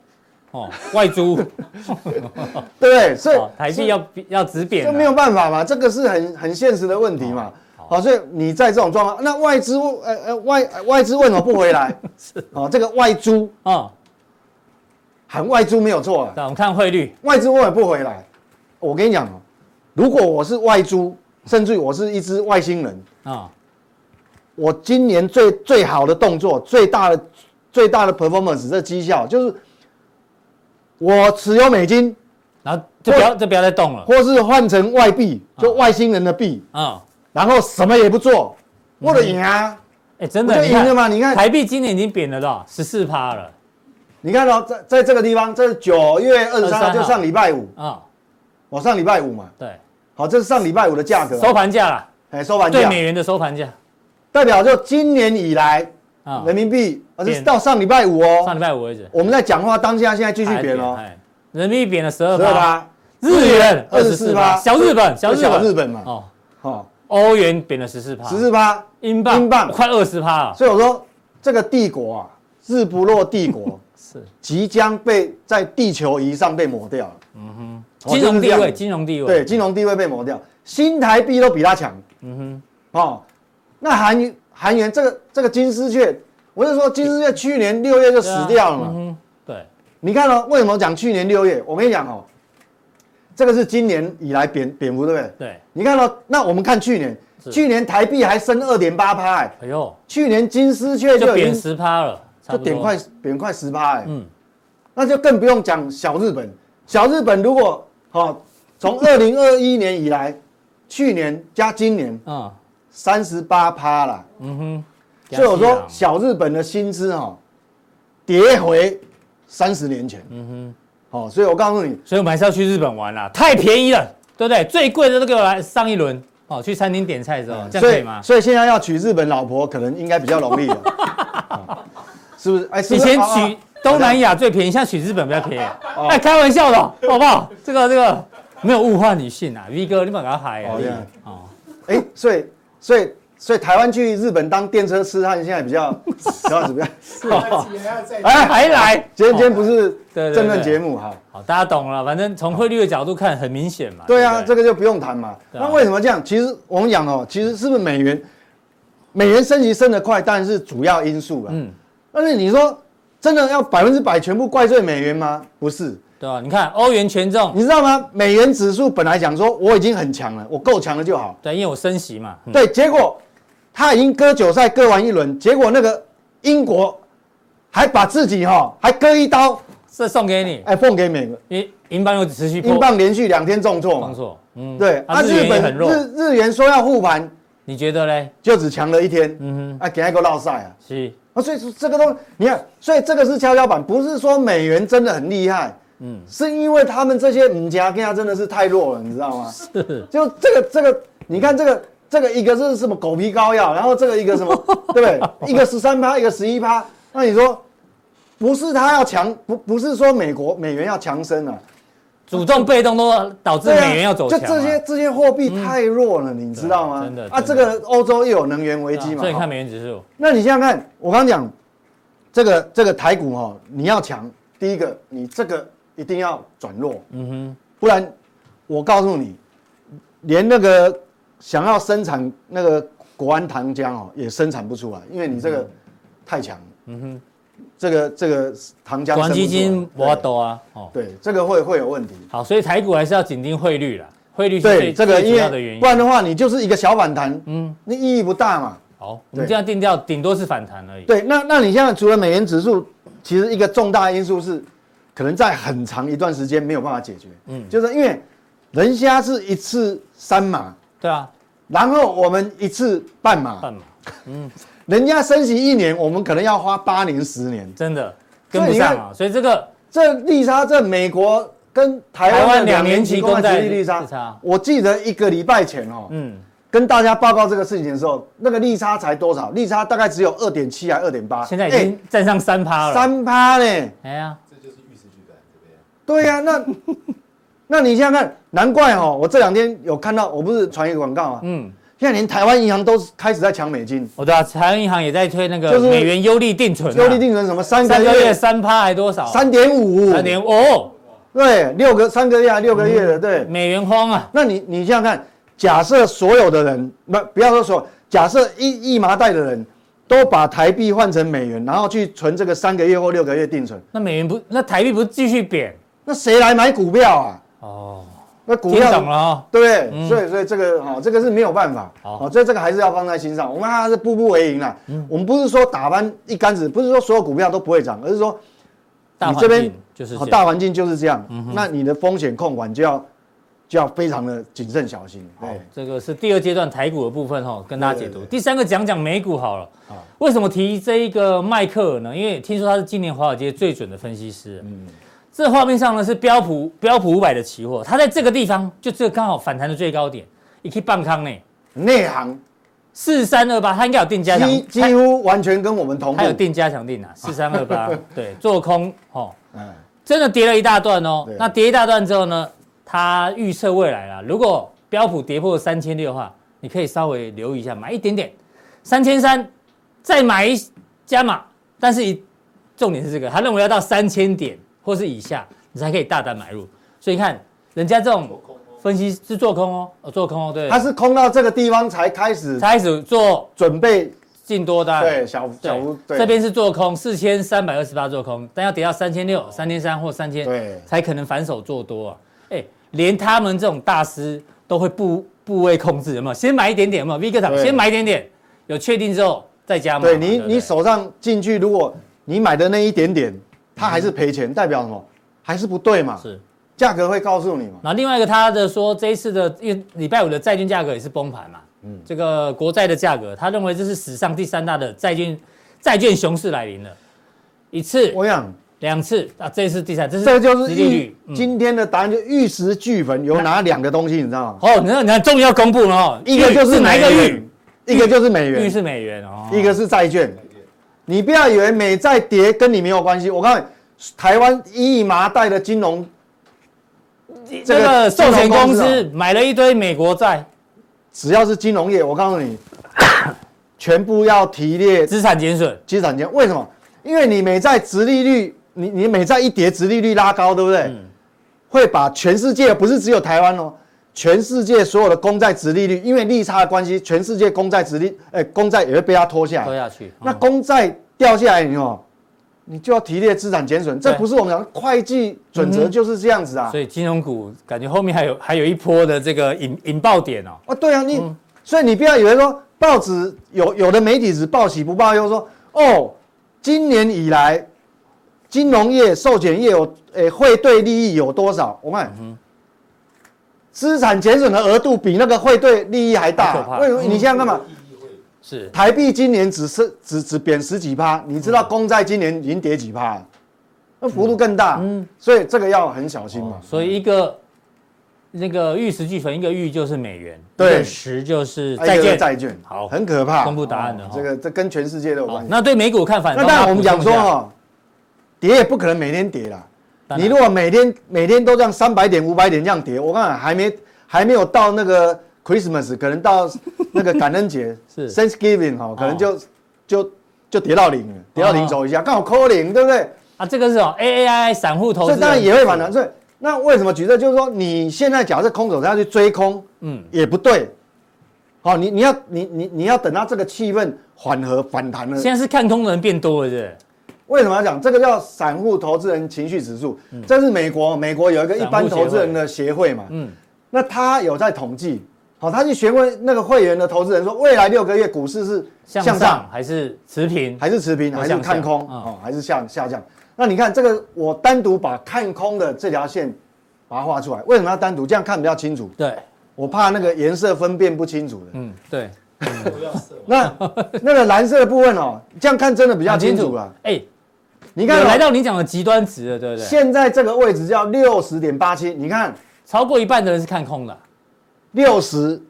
A: 哦，外猪，
B: 对不对？所以
A: 哦、台币要要直贬啊、
B: 就没有办法嘛，这个是很很现实的问题嘛。哦好，所以你在这种状况，那外资呃呃外呃外资为什么不回来？ 是哦，这个外租
A: 哦。
B: 喊外租没有错啊，
A: 那我们看汇率，
B: 外资为什么不回来？我跟你讲哦，如果我是外租，甚至于我是一只外星人，
A: 啊、
B: 我今年最最好的动作，最大的最大的 performance 这绩效就是我持有美金，
A: 然后就不要就不要再动了，
B: 或是换成外币，就外星人的币，
A: 啊、
B: 然后什么也不做，我的赢啊！
A: 哎，真
B: 我
A: 的，
B: 就
A: 你
B: 赢了
A: 看
B: 嘛你看
A: 台币今年已经贬了多少？十四趴了，
B: 你看到、在在这个地方，这是九月二十三
A: 23
B: 号，就上礼拜五，
A: 啊、
B: 我上礼拜五嘛，
A: 对，
B: 好，这是上礼拜五的价格，
A: 收盘价啦，
B: 哎收啊盘
A: 对
B: 价，
A: 美元的收盘价，
B: 代表就今年以来
A: 啊、
B: 人民币，而
A: 贬
B: 是到上礼拜五
A: 上
B: 哦，
A: 礼拜五为止，
B: 我们在讲话当下，现在继续
A: 还
B: 贬哦，
A: 哎人民币贬了十二
B: 十二
A: 趴，
B: 八，
A: 日元二十四趴，
B: 24%
A: 小日本，小日
B: 小
A: 本，
B: 日本啊嘛，
A: 哦，
B: 好，
A: 欧元贬了十四趴，
B: 十四八，
A: 英镑
B: 英镑
A: 快二十趴了，
B: 所以我说这个帝国啊，日不落帝 国
A: 是。
B: 即将被在地球仪上被抹掉了，嗯哼
A: 金融地位，金融地位，
B: 对，金融地位被磨掉，新台币都比它强。嗯哼，哦，那韩元韩元这个这个金丝雀，我是说金丝雀去年六月就死掉了嘛。
A: 嗯哼，对，
B: 你看哦，为什么讲去年六月？我跟你讲哦，这个是今年以来贬贬幅，对不对？
A: 对，
B: 你看哦，那我们看去年
A: 是，
B: 去年台币还升二点八趴，哎，
A: 哎呦，
B: 去年金丝雀
A: 就
B: 就已
A: 贬
B: 经
A: 十趴了，差
B: 就
A: 不多
B: 点快，点快十趴，哎，
A: 嗯，
B: 那就更不用讲小日本。小日本如果好，从二零二一年以来，去年加今年
A: 啊，
B: 三十八趴啦。
A: 嗯哼，
B: 嗯所以我说，
A: 加息啦哦
B: 小日本的薪资哈、哦，跌回三十年前。嗯哼，好、所以我告诉你，
A: 所以我们还是要去日本玩啦，太便宜了，对不对？最贵的都给我来上一轮哦，去餐厅点菜的时候，这样
B: 所
A: 可以
B: 以
A: 吗？
B: 所以现在要娶日本老婆，可能应该比较容 易了，哦是不是？哎，是
A: 以
B: 不是
A: 前
B: 啊啊哦
A: 取东南亚最便宜，现在取日本比较便宜，哎，开玩笑的，好不好？这个这个没有物化女性啊，V 哥，你把他嗨啊
B: 哦这样，
A: 哦，
B: 哎，所以所以所以台湾去日本当电车痴汉，现在比较比较 怎么样？
C: 下期还要再
A: 哎，还来，
B: 今天今天不是
A: 哦对对
B: 政论
A: 对
B: 节目哈。
A: 好，大家懂了，反正从汇率的角度看，很明显嘛，
B: 对啊，
A: 不
B: 这个就不用谈嘛。
A: 对啊
B: 那为什么这样？其实我们讲哦，其实是不是美元？美元升级升得快，当然是主要因素了。
A: 嗯，
B: 但是你说真的要百分之百全部怪罪美元吗？不是，
A: 对吧？你看欧元权重，
B: 你知道吗？美元指数本来讲说我已经很强了，我够强了就好。
A: 对，因为我升息嘛，嗯
B: 对，结果他已经割韭菜割完一轮，结果那个英国还把自己哈、还割一刀，
A: 这送给你，
B: 哎，奉给美国。
A: 因为英镑又持续破
B: 英镑连续两天重挫
A: 放
B: 嘛，
A: 错，嗯，
B: 对
A: 啊，日元也很弱，
B: 日日元说要护盘，
A: 你觉得嘞？
B: 就只强了一天，
A: 嗯
B: 啊，给他一个落赛啊，
A: 哼，是，
B: 啊，所以说这个东西，你看，所以这个是跷跷板，不是说美元真的很厉害，
A: 嗯，
B: 是因为他们这些五家跟他真的是太弱了，你知道吗？
A: 是，
B: 就这个这个，你看这个这个一个是什么狗皮膏药，然后这个一个什么，对不对？一个十三趴，一个十一趴，那你说不是他要强，不不是说美国美元要强升啊，
A: 主动被动都导致
B: 对啊
A: 美元要走强
B: 就
A: 嘛，
B: 这些这些货币太弱了，你知道吗？
A: 真的
B: 啊，这
A: 真的啊
B: 个欧洲又有能源危机嘛，
A: 所以你看
B: 哦
A: 美元指数，
B: 那你想想看，我刚讲这个这个台股哦，你要强，第一个你这个一定要转弱，
A: 嗯哼，
B: 不然我告诉你，连那个想要生产那个国安糖浆哦，也生产不出来，因为你这个太强，嗯
A: 哼
B: 哼，这个这个糖浆生不出来，
A: 国安基金我
B: 对
A: 懂啊，哦，
B: 对，这个会会有问题。
A: 好，所以台股还是要紧盯汇率啦，汇率是最
B: 对，这个
A: 最
B: 因
A: 主要的原
B: 为
A: 因
B: 不。然的话，你就是一个小反弹，
A: 嗯
B: 嗯，那意义不大嘛。
A: 好，我们这样定调，顶多是反弹而已。
B: 对，那那你现在除了美元指数，其实一个重大因素是，可能在很长一段时间没有办法解决。
A: 嗯
B: 嗯，就是因为人家是一次三码，
A: 对啊，
B: 然后我们一次半码，
A: 半码，
B: 人家升息一年，我们可能要花八年十年，
A: 真的跟不上啊。所以这个
B: 这利差这美国跟台
A: 台湾
B: 湾的
A: 两
B: 两
A: 年
B: 年
A: 期
B: 期
A: 公
B: 公
A: 债
B: 债利率
A: 利
B: 差
A: 差，
B: 我记得一个礼拜前哦，
A: 嗯，
B: 跟大家报告这个事情的时候，那个利差才多少？利差大概只有二点七还二点八，
A: 现在已经站上三趴了。，
B: 哎三趴呢。
A: 哎呀，
C: 这就是玉石俱焚，对不对？
B: 对呀、那 那你想想看，难怪哦，我这两天有看到，我不是传一个广告啊，
A: 嗯，
B: 现在连台湾银行都开始在抢美金，
A: 我对啊，台湾银行也在推那个
B: 就是
A: 美元优利定存啊，
B: 优利定存什么三
A: 三
B: 个
A: 个月
B: 月
A: 三趴还多少？
B: 三点五，
A: 三点五嗯哦，
B: 对，六个三个月啊还六个月的，对。
A: 美元荒啊，
B: 那你你想想看，假设所有的人不不要说所有，假设一一麻袋的人都把台币换成美元，然后去存这个三个月或六个月定存，
A: 那美元不，那台币不是继续贬？
B: 那谁来买股票啊？
A: 哦，
B: 那股
A: 听懂
B: 票
A: 了哦。
B: 对不对？所以所以这个哈、哦，这个是没有办法，
A: 好嗯
B: 哦，所以这个还是要放在心上。我们还是步步为营啦。我们不是说打翻一竿子，不是说所有股票都不会涨，而是说
A: 大
B: 你
A: 环
B: 这边
A: 境就是
B: 哦
A: 这样嗯
B: 大环境就是这样。那你的风险控管就要就要非常的谨慎小心。
A: 好
B: 哦对，
A: 这个是第二阶段台股的部分哈，跟大家解
B: 对
A: 读。
B: 对对
A: 第三个讲讲美股好了
B: 嗯好。
A: 为什么提这一个迈克尔呢？因为听说他是今年华尔街最准的分析师。
B: 嗯
A: 这画面上呢是标普标普五百的期货，它在这个地方就这刚好反弹的最高点，一去半康呢
B: 内行
A: 四三二八，它应该有定加强
B: 几，几乎完全跟我们同
A: 它有
B: 步。
A: 定加强定 啊，四三二八，对，做空哦，
B: 嗯，
A: 真的跌了一大段哦
B: 对。
A: 那跌一大段之后呢，他预测未来啊啦，如果标普跌破三千六的话，你可以稍微留意一下，买一点点，三千三再买一加码。但是一重点是这个，他认为要到三千点或是以下，你才可以大胆买入。所以你看人家这种分析是做空哦，哦做空哦，对，
B: 他是空到这个地方才开始
A: 他开始做
B: 准备，
A: 进多单，
B: 对小
A: 哎对
B: 小屋对
A: 这边是做空，四千三百二十八做空，但要跌到三千六、三千三或三千，
B: 哦对
A: 才可能反手做多啊。哎，连他们这种大师都会部部位控制，有没有？先买一点点，有没有？V 哥长
B: 对
A: 先买一点点，有确定之后再加码嘛。
B: 对你
A: 不
B: 你手上进去，如果你买的那一点点，它还是赔钱，代表什么？还是不对嘛？
A: 嗯是。
B: 价格会告诉你嘛？
A: 然后另外一个，他的说这一次的因为礼拜五的债券价格也是崩盘嘛，嗯，这个国债的价格，他认为这是史上第三大的债券债券熊市来临了，一次、
B: 我想，
A: 两次啊，这一次第三，这是
B: 这个就是
A: 殖利
B: 玉
A: 率。嗯
B: 今天的答案就玉石俱焚，有哪两个东西你知道吗？
A: 哦，你看，你看，终于要公布了哦，
B: 一个就是
A: 哪一
B: 美
A: 个
B: 元
A: 玉？，
B: 一个就是美
A: 玉
B: 元，
A: 是美元哦，
B: 一个是债券。你不要以为美债跌跟你没有关系，我告诉你，台湾一亿麻袋的金融
A: 这个寿险公
B: 金融
A: 司
B: 啊
A: 买了一堆美国债，
B: 只要是金融业，我告诉你，全部要提列
A: 资产减损，
B: 资产间，为什么？因为你美债殖利率，你你美债一跌，殖利率拉高，对不对？会把全世界不是只有台湾哦，全世界所有的公债值利率，因为利差的关系，全世界公债值利，哎、公债也会被它拖下
A: 拖
B: 来。
A: 下去。
B: 哎那
A: 嗯
B: 公债掉下来以后，你就要提列资产减损，这
A: 对
B: 不是我们讲的会计准则就是这样子啊。
A: 所以金融股感觉后面还有还有一波的这个引引爆点哦。
B: 啊，对啊，你、所以你不要以为说报纸有有的媒体只报喜不报忧，说哦，今年以来金融业、寿险业有诶、汇兑利益有多少？我
A: 嗯
B: 看。资产减损的额度比那个汇兑利益还大
A: 还可怕嗯
B: 啊，为什么？你现在干嘛？？
A: 是，
B: 台币今年只是只只贬十几趴，你知道公债今年已经跌几趴了，那幅度更大，
A: 嗯
B: 所以这个要很小心嘛。
A: 所以一个那个玉石俱焚，一个玉就是美元，
B: 对
A: 一个石就是
B: 哎
A: 债
B: 这个
A: 券。
B: 债券
A: 好
B: 很可怕，哦
A: 公布答案了哈
B: 这个这跟全世界都有
A: 好
B: 关系。
A: 那对美股的看法，
B: 那
A: 你帮
B: 当然
A: 大家
B: 我们讲
A: 补充
B: 说
A: 一下，
B: 哈，跌也不可能每天跌啦。
A: 当然
B: 你如果每天每天都这样三百点、五百点这样跌，我看还没还没有到那个 Christmas，可能到 那个感恩节
A: 是
B: Thanksgiving 哈，可能就就就跌到零
A: 哦
B: 了，跌到零走一下，刚好扣零，对不对？
A: 啊，这个是哦 A A I 散户投资
B: 所
A: 人，
B: 以当然也会反弹。所以那为什么举这？就是说你现在假设空手他要去追空，
A: 嗯
B: 嗯，也不对。好，你你要你你你要等到这个气氛缓和反弹了，
A: 现在是看空的人变多了，是
B: 为什么要讲这个叫散户投资人情绪指数？这是美国，美国有一个一般投资人的协会嘛，
A: 嗯
B: 嗯，那他有在统计，好、他去询问那个会员的投资人说，未来六个月股市是
A: 不是？
B: 向上
A: 向上还是持平？
B: 还是持平，
A: 或
B: 还是
A: 向下
B: 看空，
A: 嗯
B: 哦，还是下下降？那你看这个，我单独把看空的这条线把它画出来，为什么要单独这样看比较清楚？
A: 对，
B: 我怕那个颜色分辨不清楚的。
A: 嗯，对，
C: 不要色盲
B: 那那个蓝色的部分哦，这样看真的比较
A: 很
B: 清楚了。。
A: 哎，
B: 你
A: 你
B: 看
A: 看
B: 哦、
A: 来到你讲的极端值了，对不对？
B: 现在这个位置叫六十点八七，你看
A: 超过一半的人是看空的，
B: 六十，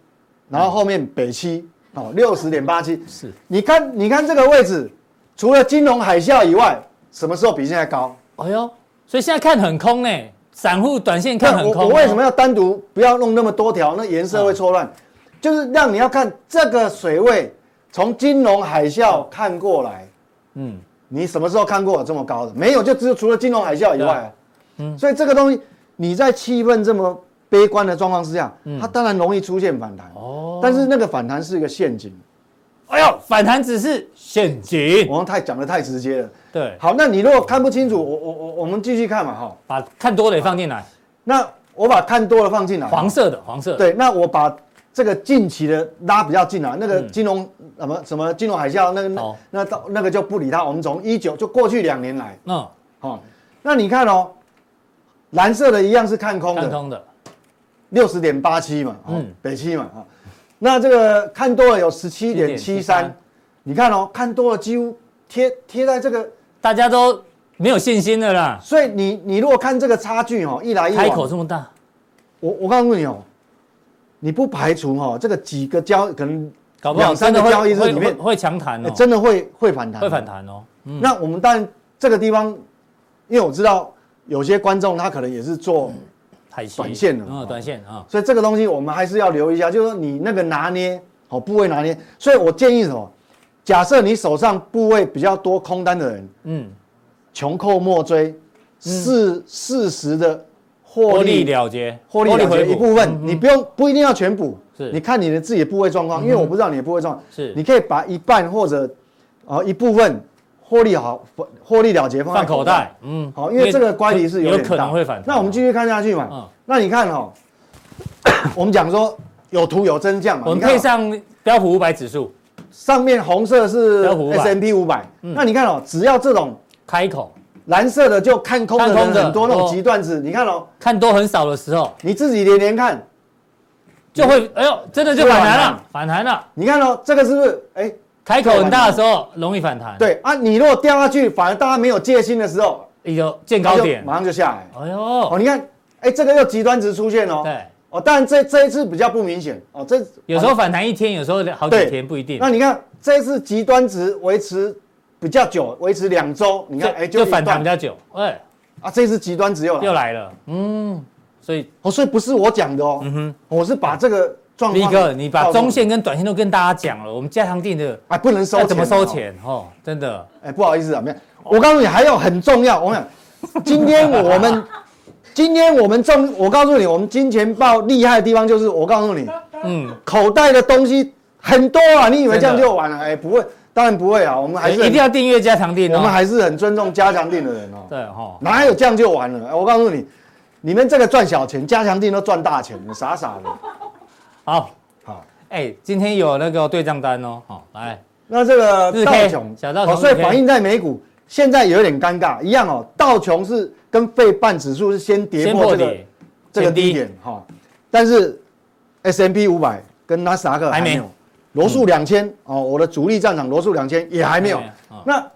B: 然后后面北七，哦，六十点八七，
A: 是
B: 你看你看这个位置，除了金融海啸以外，什么时候比现在高？
A: 哎呦，所以现在看很空呢，散户短线看
B: 那
A: 很
B: 我
A: 空哦。
B: 我为什么要单独不要弄那么多条？那颜色会错
A: 啊
B: 乱，就是让你要看这个水位，从金融海啸看过来，
A: 嗯，
B: 你什么时候看过有这么高的？没有，就只有除了金融海啸以
A: 对
B: 外、
A: 啊
B: 啊，所以这个东西你在气氛这么悲观的状况之下，它当然容易出现反弹。
A: 嗯哦，
B: 但是那个反弹是一个陷阱，
A: 哎呦，反弹只是陷阱。
B: 我们太讲的太直接了。
A: 对，
B: 好，那你如果看不清楚，我我我我们继续看嘛哈。
A: 把看多的也放进来，
B: 那我把看多了放进来，
A: 黄色的，黄色的。
B: 啊对，那我把这个近期的拉比较近啊，那个金融什么什么金融海啸，那个那
A: 好
B: 那到那个就不理它。我们从一九就过去两年来，
A: 嗯，
B: 哦，那你看哦，蓝色的一样是看空
A: 看
B: 的，
A: 空的，
B: 六十点八七嘛，哦
A: 嗯，
B: 北七嘛啊，哦那这个看多了有十七点七
A: 17.73
B: 三，你看哦，看多了几乎贴贴在这个，
A: 大家都没有信心了啦。
B: 所以你你如果看这个差距哦，一来一
A: 开口
B: 往，
A: 这么大，
B: 我我告诉你哦。你不排除哈、哦，这个几个交可能
A: 搞不好
B: 两三
A: 真
B: 个
A: 的会
B: 交易日
A: 会
B: 里面
A: 会会强弹
B: 欸
A: 哦，
B: 真的会会反弹，
A: 会反。弹哦。嗯，
B: 那我们当然这个地方，因为我知道有些观众他可能也是
A: 嗯
B: 做，
A: 太细
B: 短线了哦
A: 嗯，短线啊，
B: 所以这个东西我们还是要留意一下，就是说你那个拿捏好部位拿捏。所以我建议什么？假设你手上部位比较多空单的人，
A: 嗯，
B: 穷寇莫追，适适时的获
A: 获利
B: 利。
A: 了结，
B: 获利了结一部分，你不用不一定要全补
A: 嗯是，嗯
B: 你看你的自己的部位状况，因为我不知道你的部位状况，
A: 是
B: 你可以把一半或者呃一部分获利好获利了结放在
A: 放口袋，嗯，
B: 好，因为这个乖离是有点大
A: 可能会反弹。啊
B: 那我们继续看下去嘛。
A: 嗯
B: 那你看哈、 我们讲说有图有真相嘛。
A: 我们
B: 你看哦
A: 配上标普五百指数
B: 上面红色是
A: 标普嗯500
B: S M P 五百，那你看哦，只要这种
A: 开口，
B: 蓝色的就看空的
A: 看空
B: 人
A: 的
B: 很多那
A: 多
B: 种极端值，你看哦，
A: 看多很少的时候，
B: 你自己连连看，
A: 就
B: 嗯
A: 会哎呦，真的就反弹了，反弹了。
B: 你看哦，这个是不是？哎，
A: 开口很大的时候容易反弹，，
B: 对啊，你如果掉下去，反而大家没有戒心的时候，
A: 也就见
B: 它
A: 高
B: 就
A: 点。
B: 马上就下来。
A: 哎
B: 哦，
A: 呦，
B: 你看，哎，这个又极端值出现哦。
A: 对，
B: 哦，当然这这一次比较不明显哦，这
A: 有时候反弹一天，有时候好几
B: 对
A: 天不一定。
B: 那你看这一次极端值维持比较久，维持两周，你看
A: 就
B: 哎
A: 就
B: 一
A: 反弹
B: 段
A: 比较久，哎，
B: 啊，这次极端值又
A: 又来
B: 来
A: 了，嗯，所以
B: 哦，所以不是我讲的
A: 嗯
B: 哦，我是把这个状
A: 力
B: 况
A: 哥，你把
B: 告诉
A: 中线跟短线都跟大家讲了，我们加强定的
B: 哎不能收
A: 要
B: 钱
A: 怎么收
B: 哦？
A: 钱哦，真的
B: 哎，不好意思啊，没有，我告诉你还有很重要，我想今天我们 今天我们中，我告诉你，我们金钱豹厉害的地方就是，我告诉你，
A: 嗯，
B: 口袋的东西很多啊，你以为这样就完了？哎、不会，当然不会啊，我们还
A: 哎一
B: 是很
A: 定要订阅加强订哦。
B: 我们还是很尊重加强定的人哦。
A: 对哈，
B: 哪有这样就完了？我告诉你，你们这个赚小钱，加强定都赚大钱，傻傻的。
A: 好，
B: 好，
A: 哎，今天有那个对账单哦，好，来，
B: 那这个
A: 日
B: 道
A: K，
B: 琼，
A: 小道琼
B: 哦所以
A: 日 K
B: 反映在美股现在有点尴尬，一样哦。道琼是跟费半指数是先跌
A: 先
B: 破
A: 破
B: 这个
A: 底，
B: 这个
A: 先低
B: 低点哈、但是 S M P 五百跟纳斯达克还没
A: 还没
B: 有，罗素两千哦，我的主力战场罗素两千也还没有
A: 哎。哦
B: 那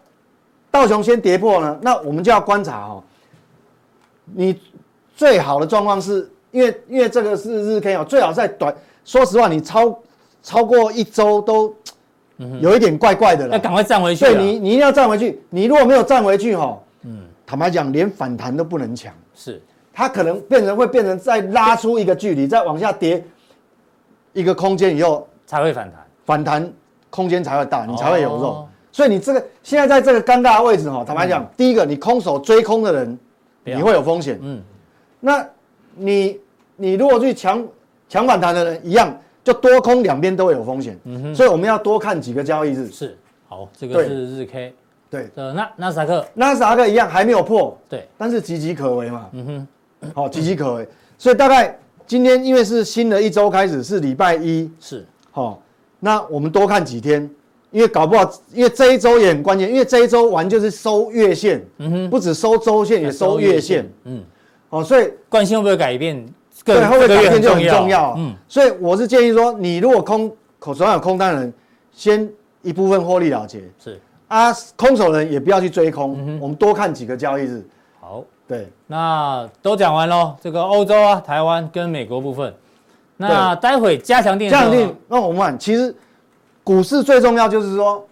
B: 道琼先跌破呢，那我们就要观察哦。你最好的状况是因为因为这个是日 K 哦，最好在短，说实话，你超超过一周都有一点怪怪的了
A: 要。赶快站回去啊。
B: 对你，你一定要站回去。你如果没有站回去哈、哦，
A: 嗯，
B: 坦白讲，连反弹都不能抢。
A: 是，
B: 它可能变成会变成再拉出一个距离，再往下跌一个空间以后，
A: 才会反弹。
B: 反弹空间才会大，你才会有肉。
A: 哦嗯
B: 所以你这个现在在这个尴尬的位置哈，坦白讲，第一个你空手追空的人，
A: 不要
B: 你会有风险。
A: 嗯，
B: 那你你如果去抢抢反弹的人一样，就多空两边都有风险。
A: 嗯
B: 所以我们要多看几个交易日。
A: 是，好，这个
B: 对
A: 是日 K
B: 对，
A: 的那纳斯达克，
B: 纳斯达克一样还没有破，
A: 对，
B: 但是岌岌可危嘛。嗯哼，好、岌岌可危。所以大概今天因为是新的一周开始，是礼拜一，
A: 是，
B: 好、那我们多看几天，因为搞不好，因为这一周也很关键，因为这一周完就是收月线，
A: 嗯哼，
B: 不止收周线，也哎收月线，，
A: 嗯，
B: 哦，所以
A: 惯性会不会改变？更
B: 对后
A: 这
B: 面
A: 个
B: 改
A: 月
B: 变就很重要，
A: 嗯
B: 嗯，，所以我是建议说，你如果空口手上有空单的人，先一部分获利了结
A: 是，
B: 啊，空手的人也不要去追空，我们多看几个交易日，
A: 好。
B: 对。
A: 那都讲完喽，这个欧洲啊、台湾跟美国部分。那待会加强定
B: 这
A: 的时候
B: 样
A: 呢，
B: 定，那我们看，其实股市最重要就是说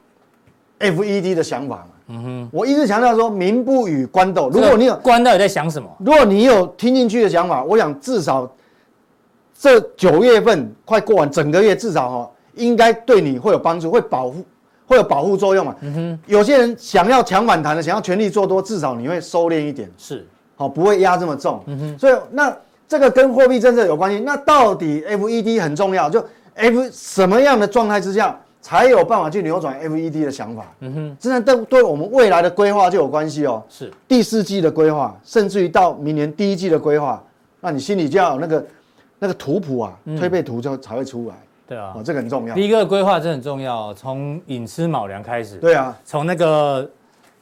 B: FED 的想法嘛。嗯哼，我一直强调说民不与官斗。如
A: 这
B: 果
A: 个
B: 你有，
A: 官到底在想什么？
B: 如果你有听进去的想法，我想至少这九月份快过完整个月，至少哈、哦、应该对你会有帮助，会保护。会有保护作用嘛？嗯哼，有些人想要抢反弹的，想要全力做多，至少你会收敛一点。
A: 是
B: 好、不会压这么重。
A: 嗯
B: 所以那这个跟货币政策有关系。那到底 FED 很重要，就 F 什么样的状态之下才有办法去扭转 FED 的想法？嗯哼，真的对对我们未来的规划就有关系哦。
A: 是，
B: 第四季的规划，甚至于到明年第一季的规划，那你心里就要有那个那个图谱啊，推背图就才会出来。
A: 对嗯啊
B: 哦，。这个很重要。
A: 第一个规划真的很重要哦，从寅吃卯粮开始，
B: 对啊，
A: 从那个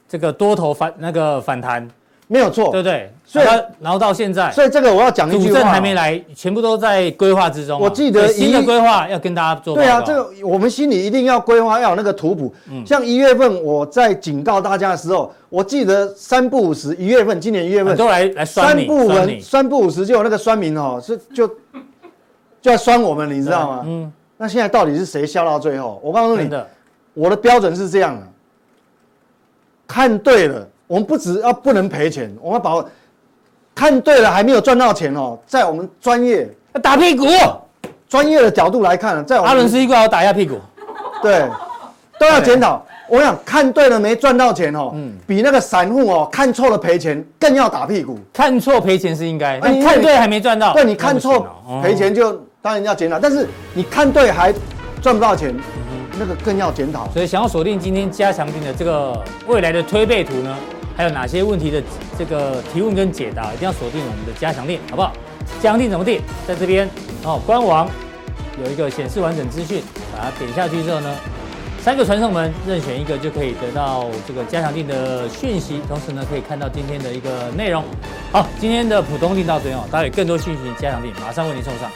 A: 这个多头反那个反弹，
B: 没有错
A: 对不。对？
B: 哦所以
A: 然后然后到现在，
B: 所以这个我要讲一
A: 主
B: 句
A: 政
B: 话哦，
A: 还没来，全部都在规划之中啊。
B: 我记得
A: 对新
B: 一
A: 的规划要跟大家做报
B: 对
A: 告。
B: 啊，这个我们心里一定要规划，要有那个图谱。
A: 嗯
B: 像一月份我在警告大家的时候，我记得三不五十，一月份今年一月份
A: 很多来来酸
B: 三
A: 你，
B: 不
A: 酸
B: 文
A: 你，
B: 三不五十就有那个酸民哦，是就 就要酸我们，你知道吗？
A: 嗯，
B: 那现在到底是谁笑到最后？我告诉
A: 真
B: 你，
A: 的
B: 我的标准是这样的，看对了，我们不只要不能赔钱，我们要把握看对了还没有赚到钱哦，在我们专业
A: 要打屁股。
B: 哦专业的角度来看呢，在我们
A: 阿伦斯一过来，我打一下屁股。
B: 对，都要检讨。我想看对了没赚到钱哦，
A: 嗯
B: 比那个散户哦看错了赔钱更要打屁股。
A: 看错赔钱是应该，
B: 哎
A: 但
B: 因为
A: 看
B: 你
A: 对还没赚到。
B: 对你看
A: 啊那
B: 错
A: 不行哦
B: 赔，钱就当然要检讨，但是你看对还赚不到钱，
A: 嗯
B: 那个更要检讨
A: 哦。所以想要锁定今天加强定的这个未来的推背图呢，还有哪些问题的这个提问跟解答，一定要锁定我们的加强定，好不好？加强定怎么定？在这边哦，官网有一个显示完整资讯，把它点下去之后呢，三个传送门任选一个就可以得到这个加强定的讯息，同时呢可以看到今天的一个内容。好，今天的普通定到这边哦，大家有更多讯息加强定马上为您送上，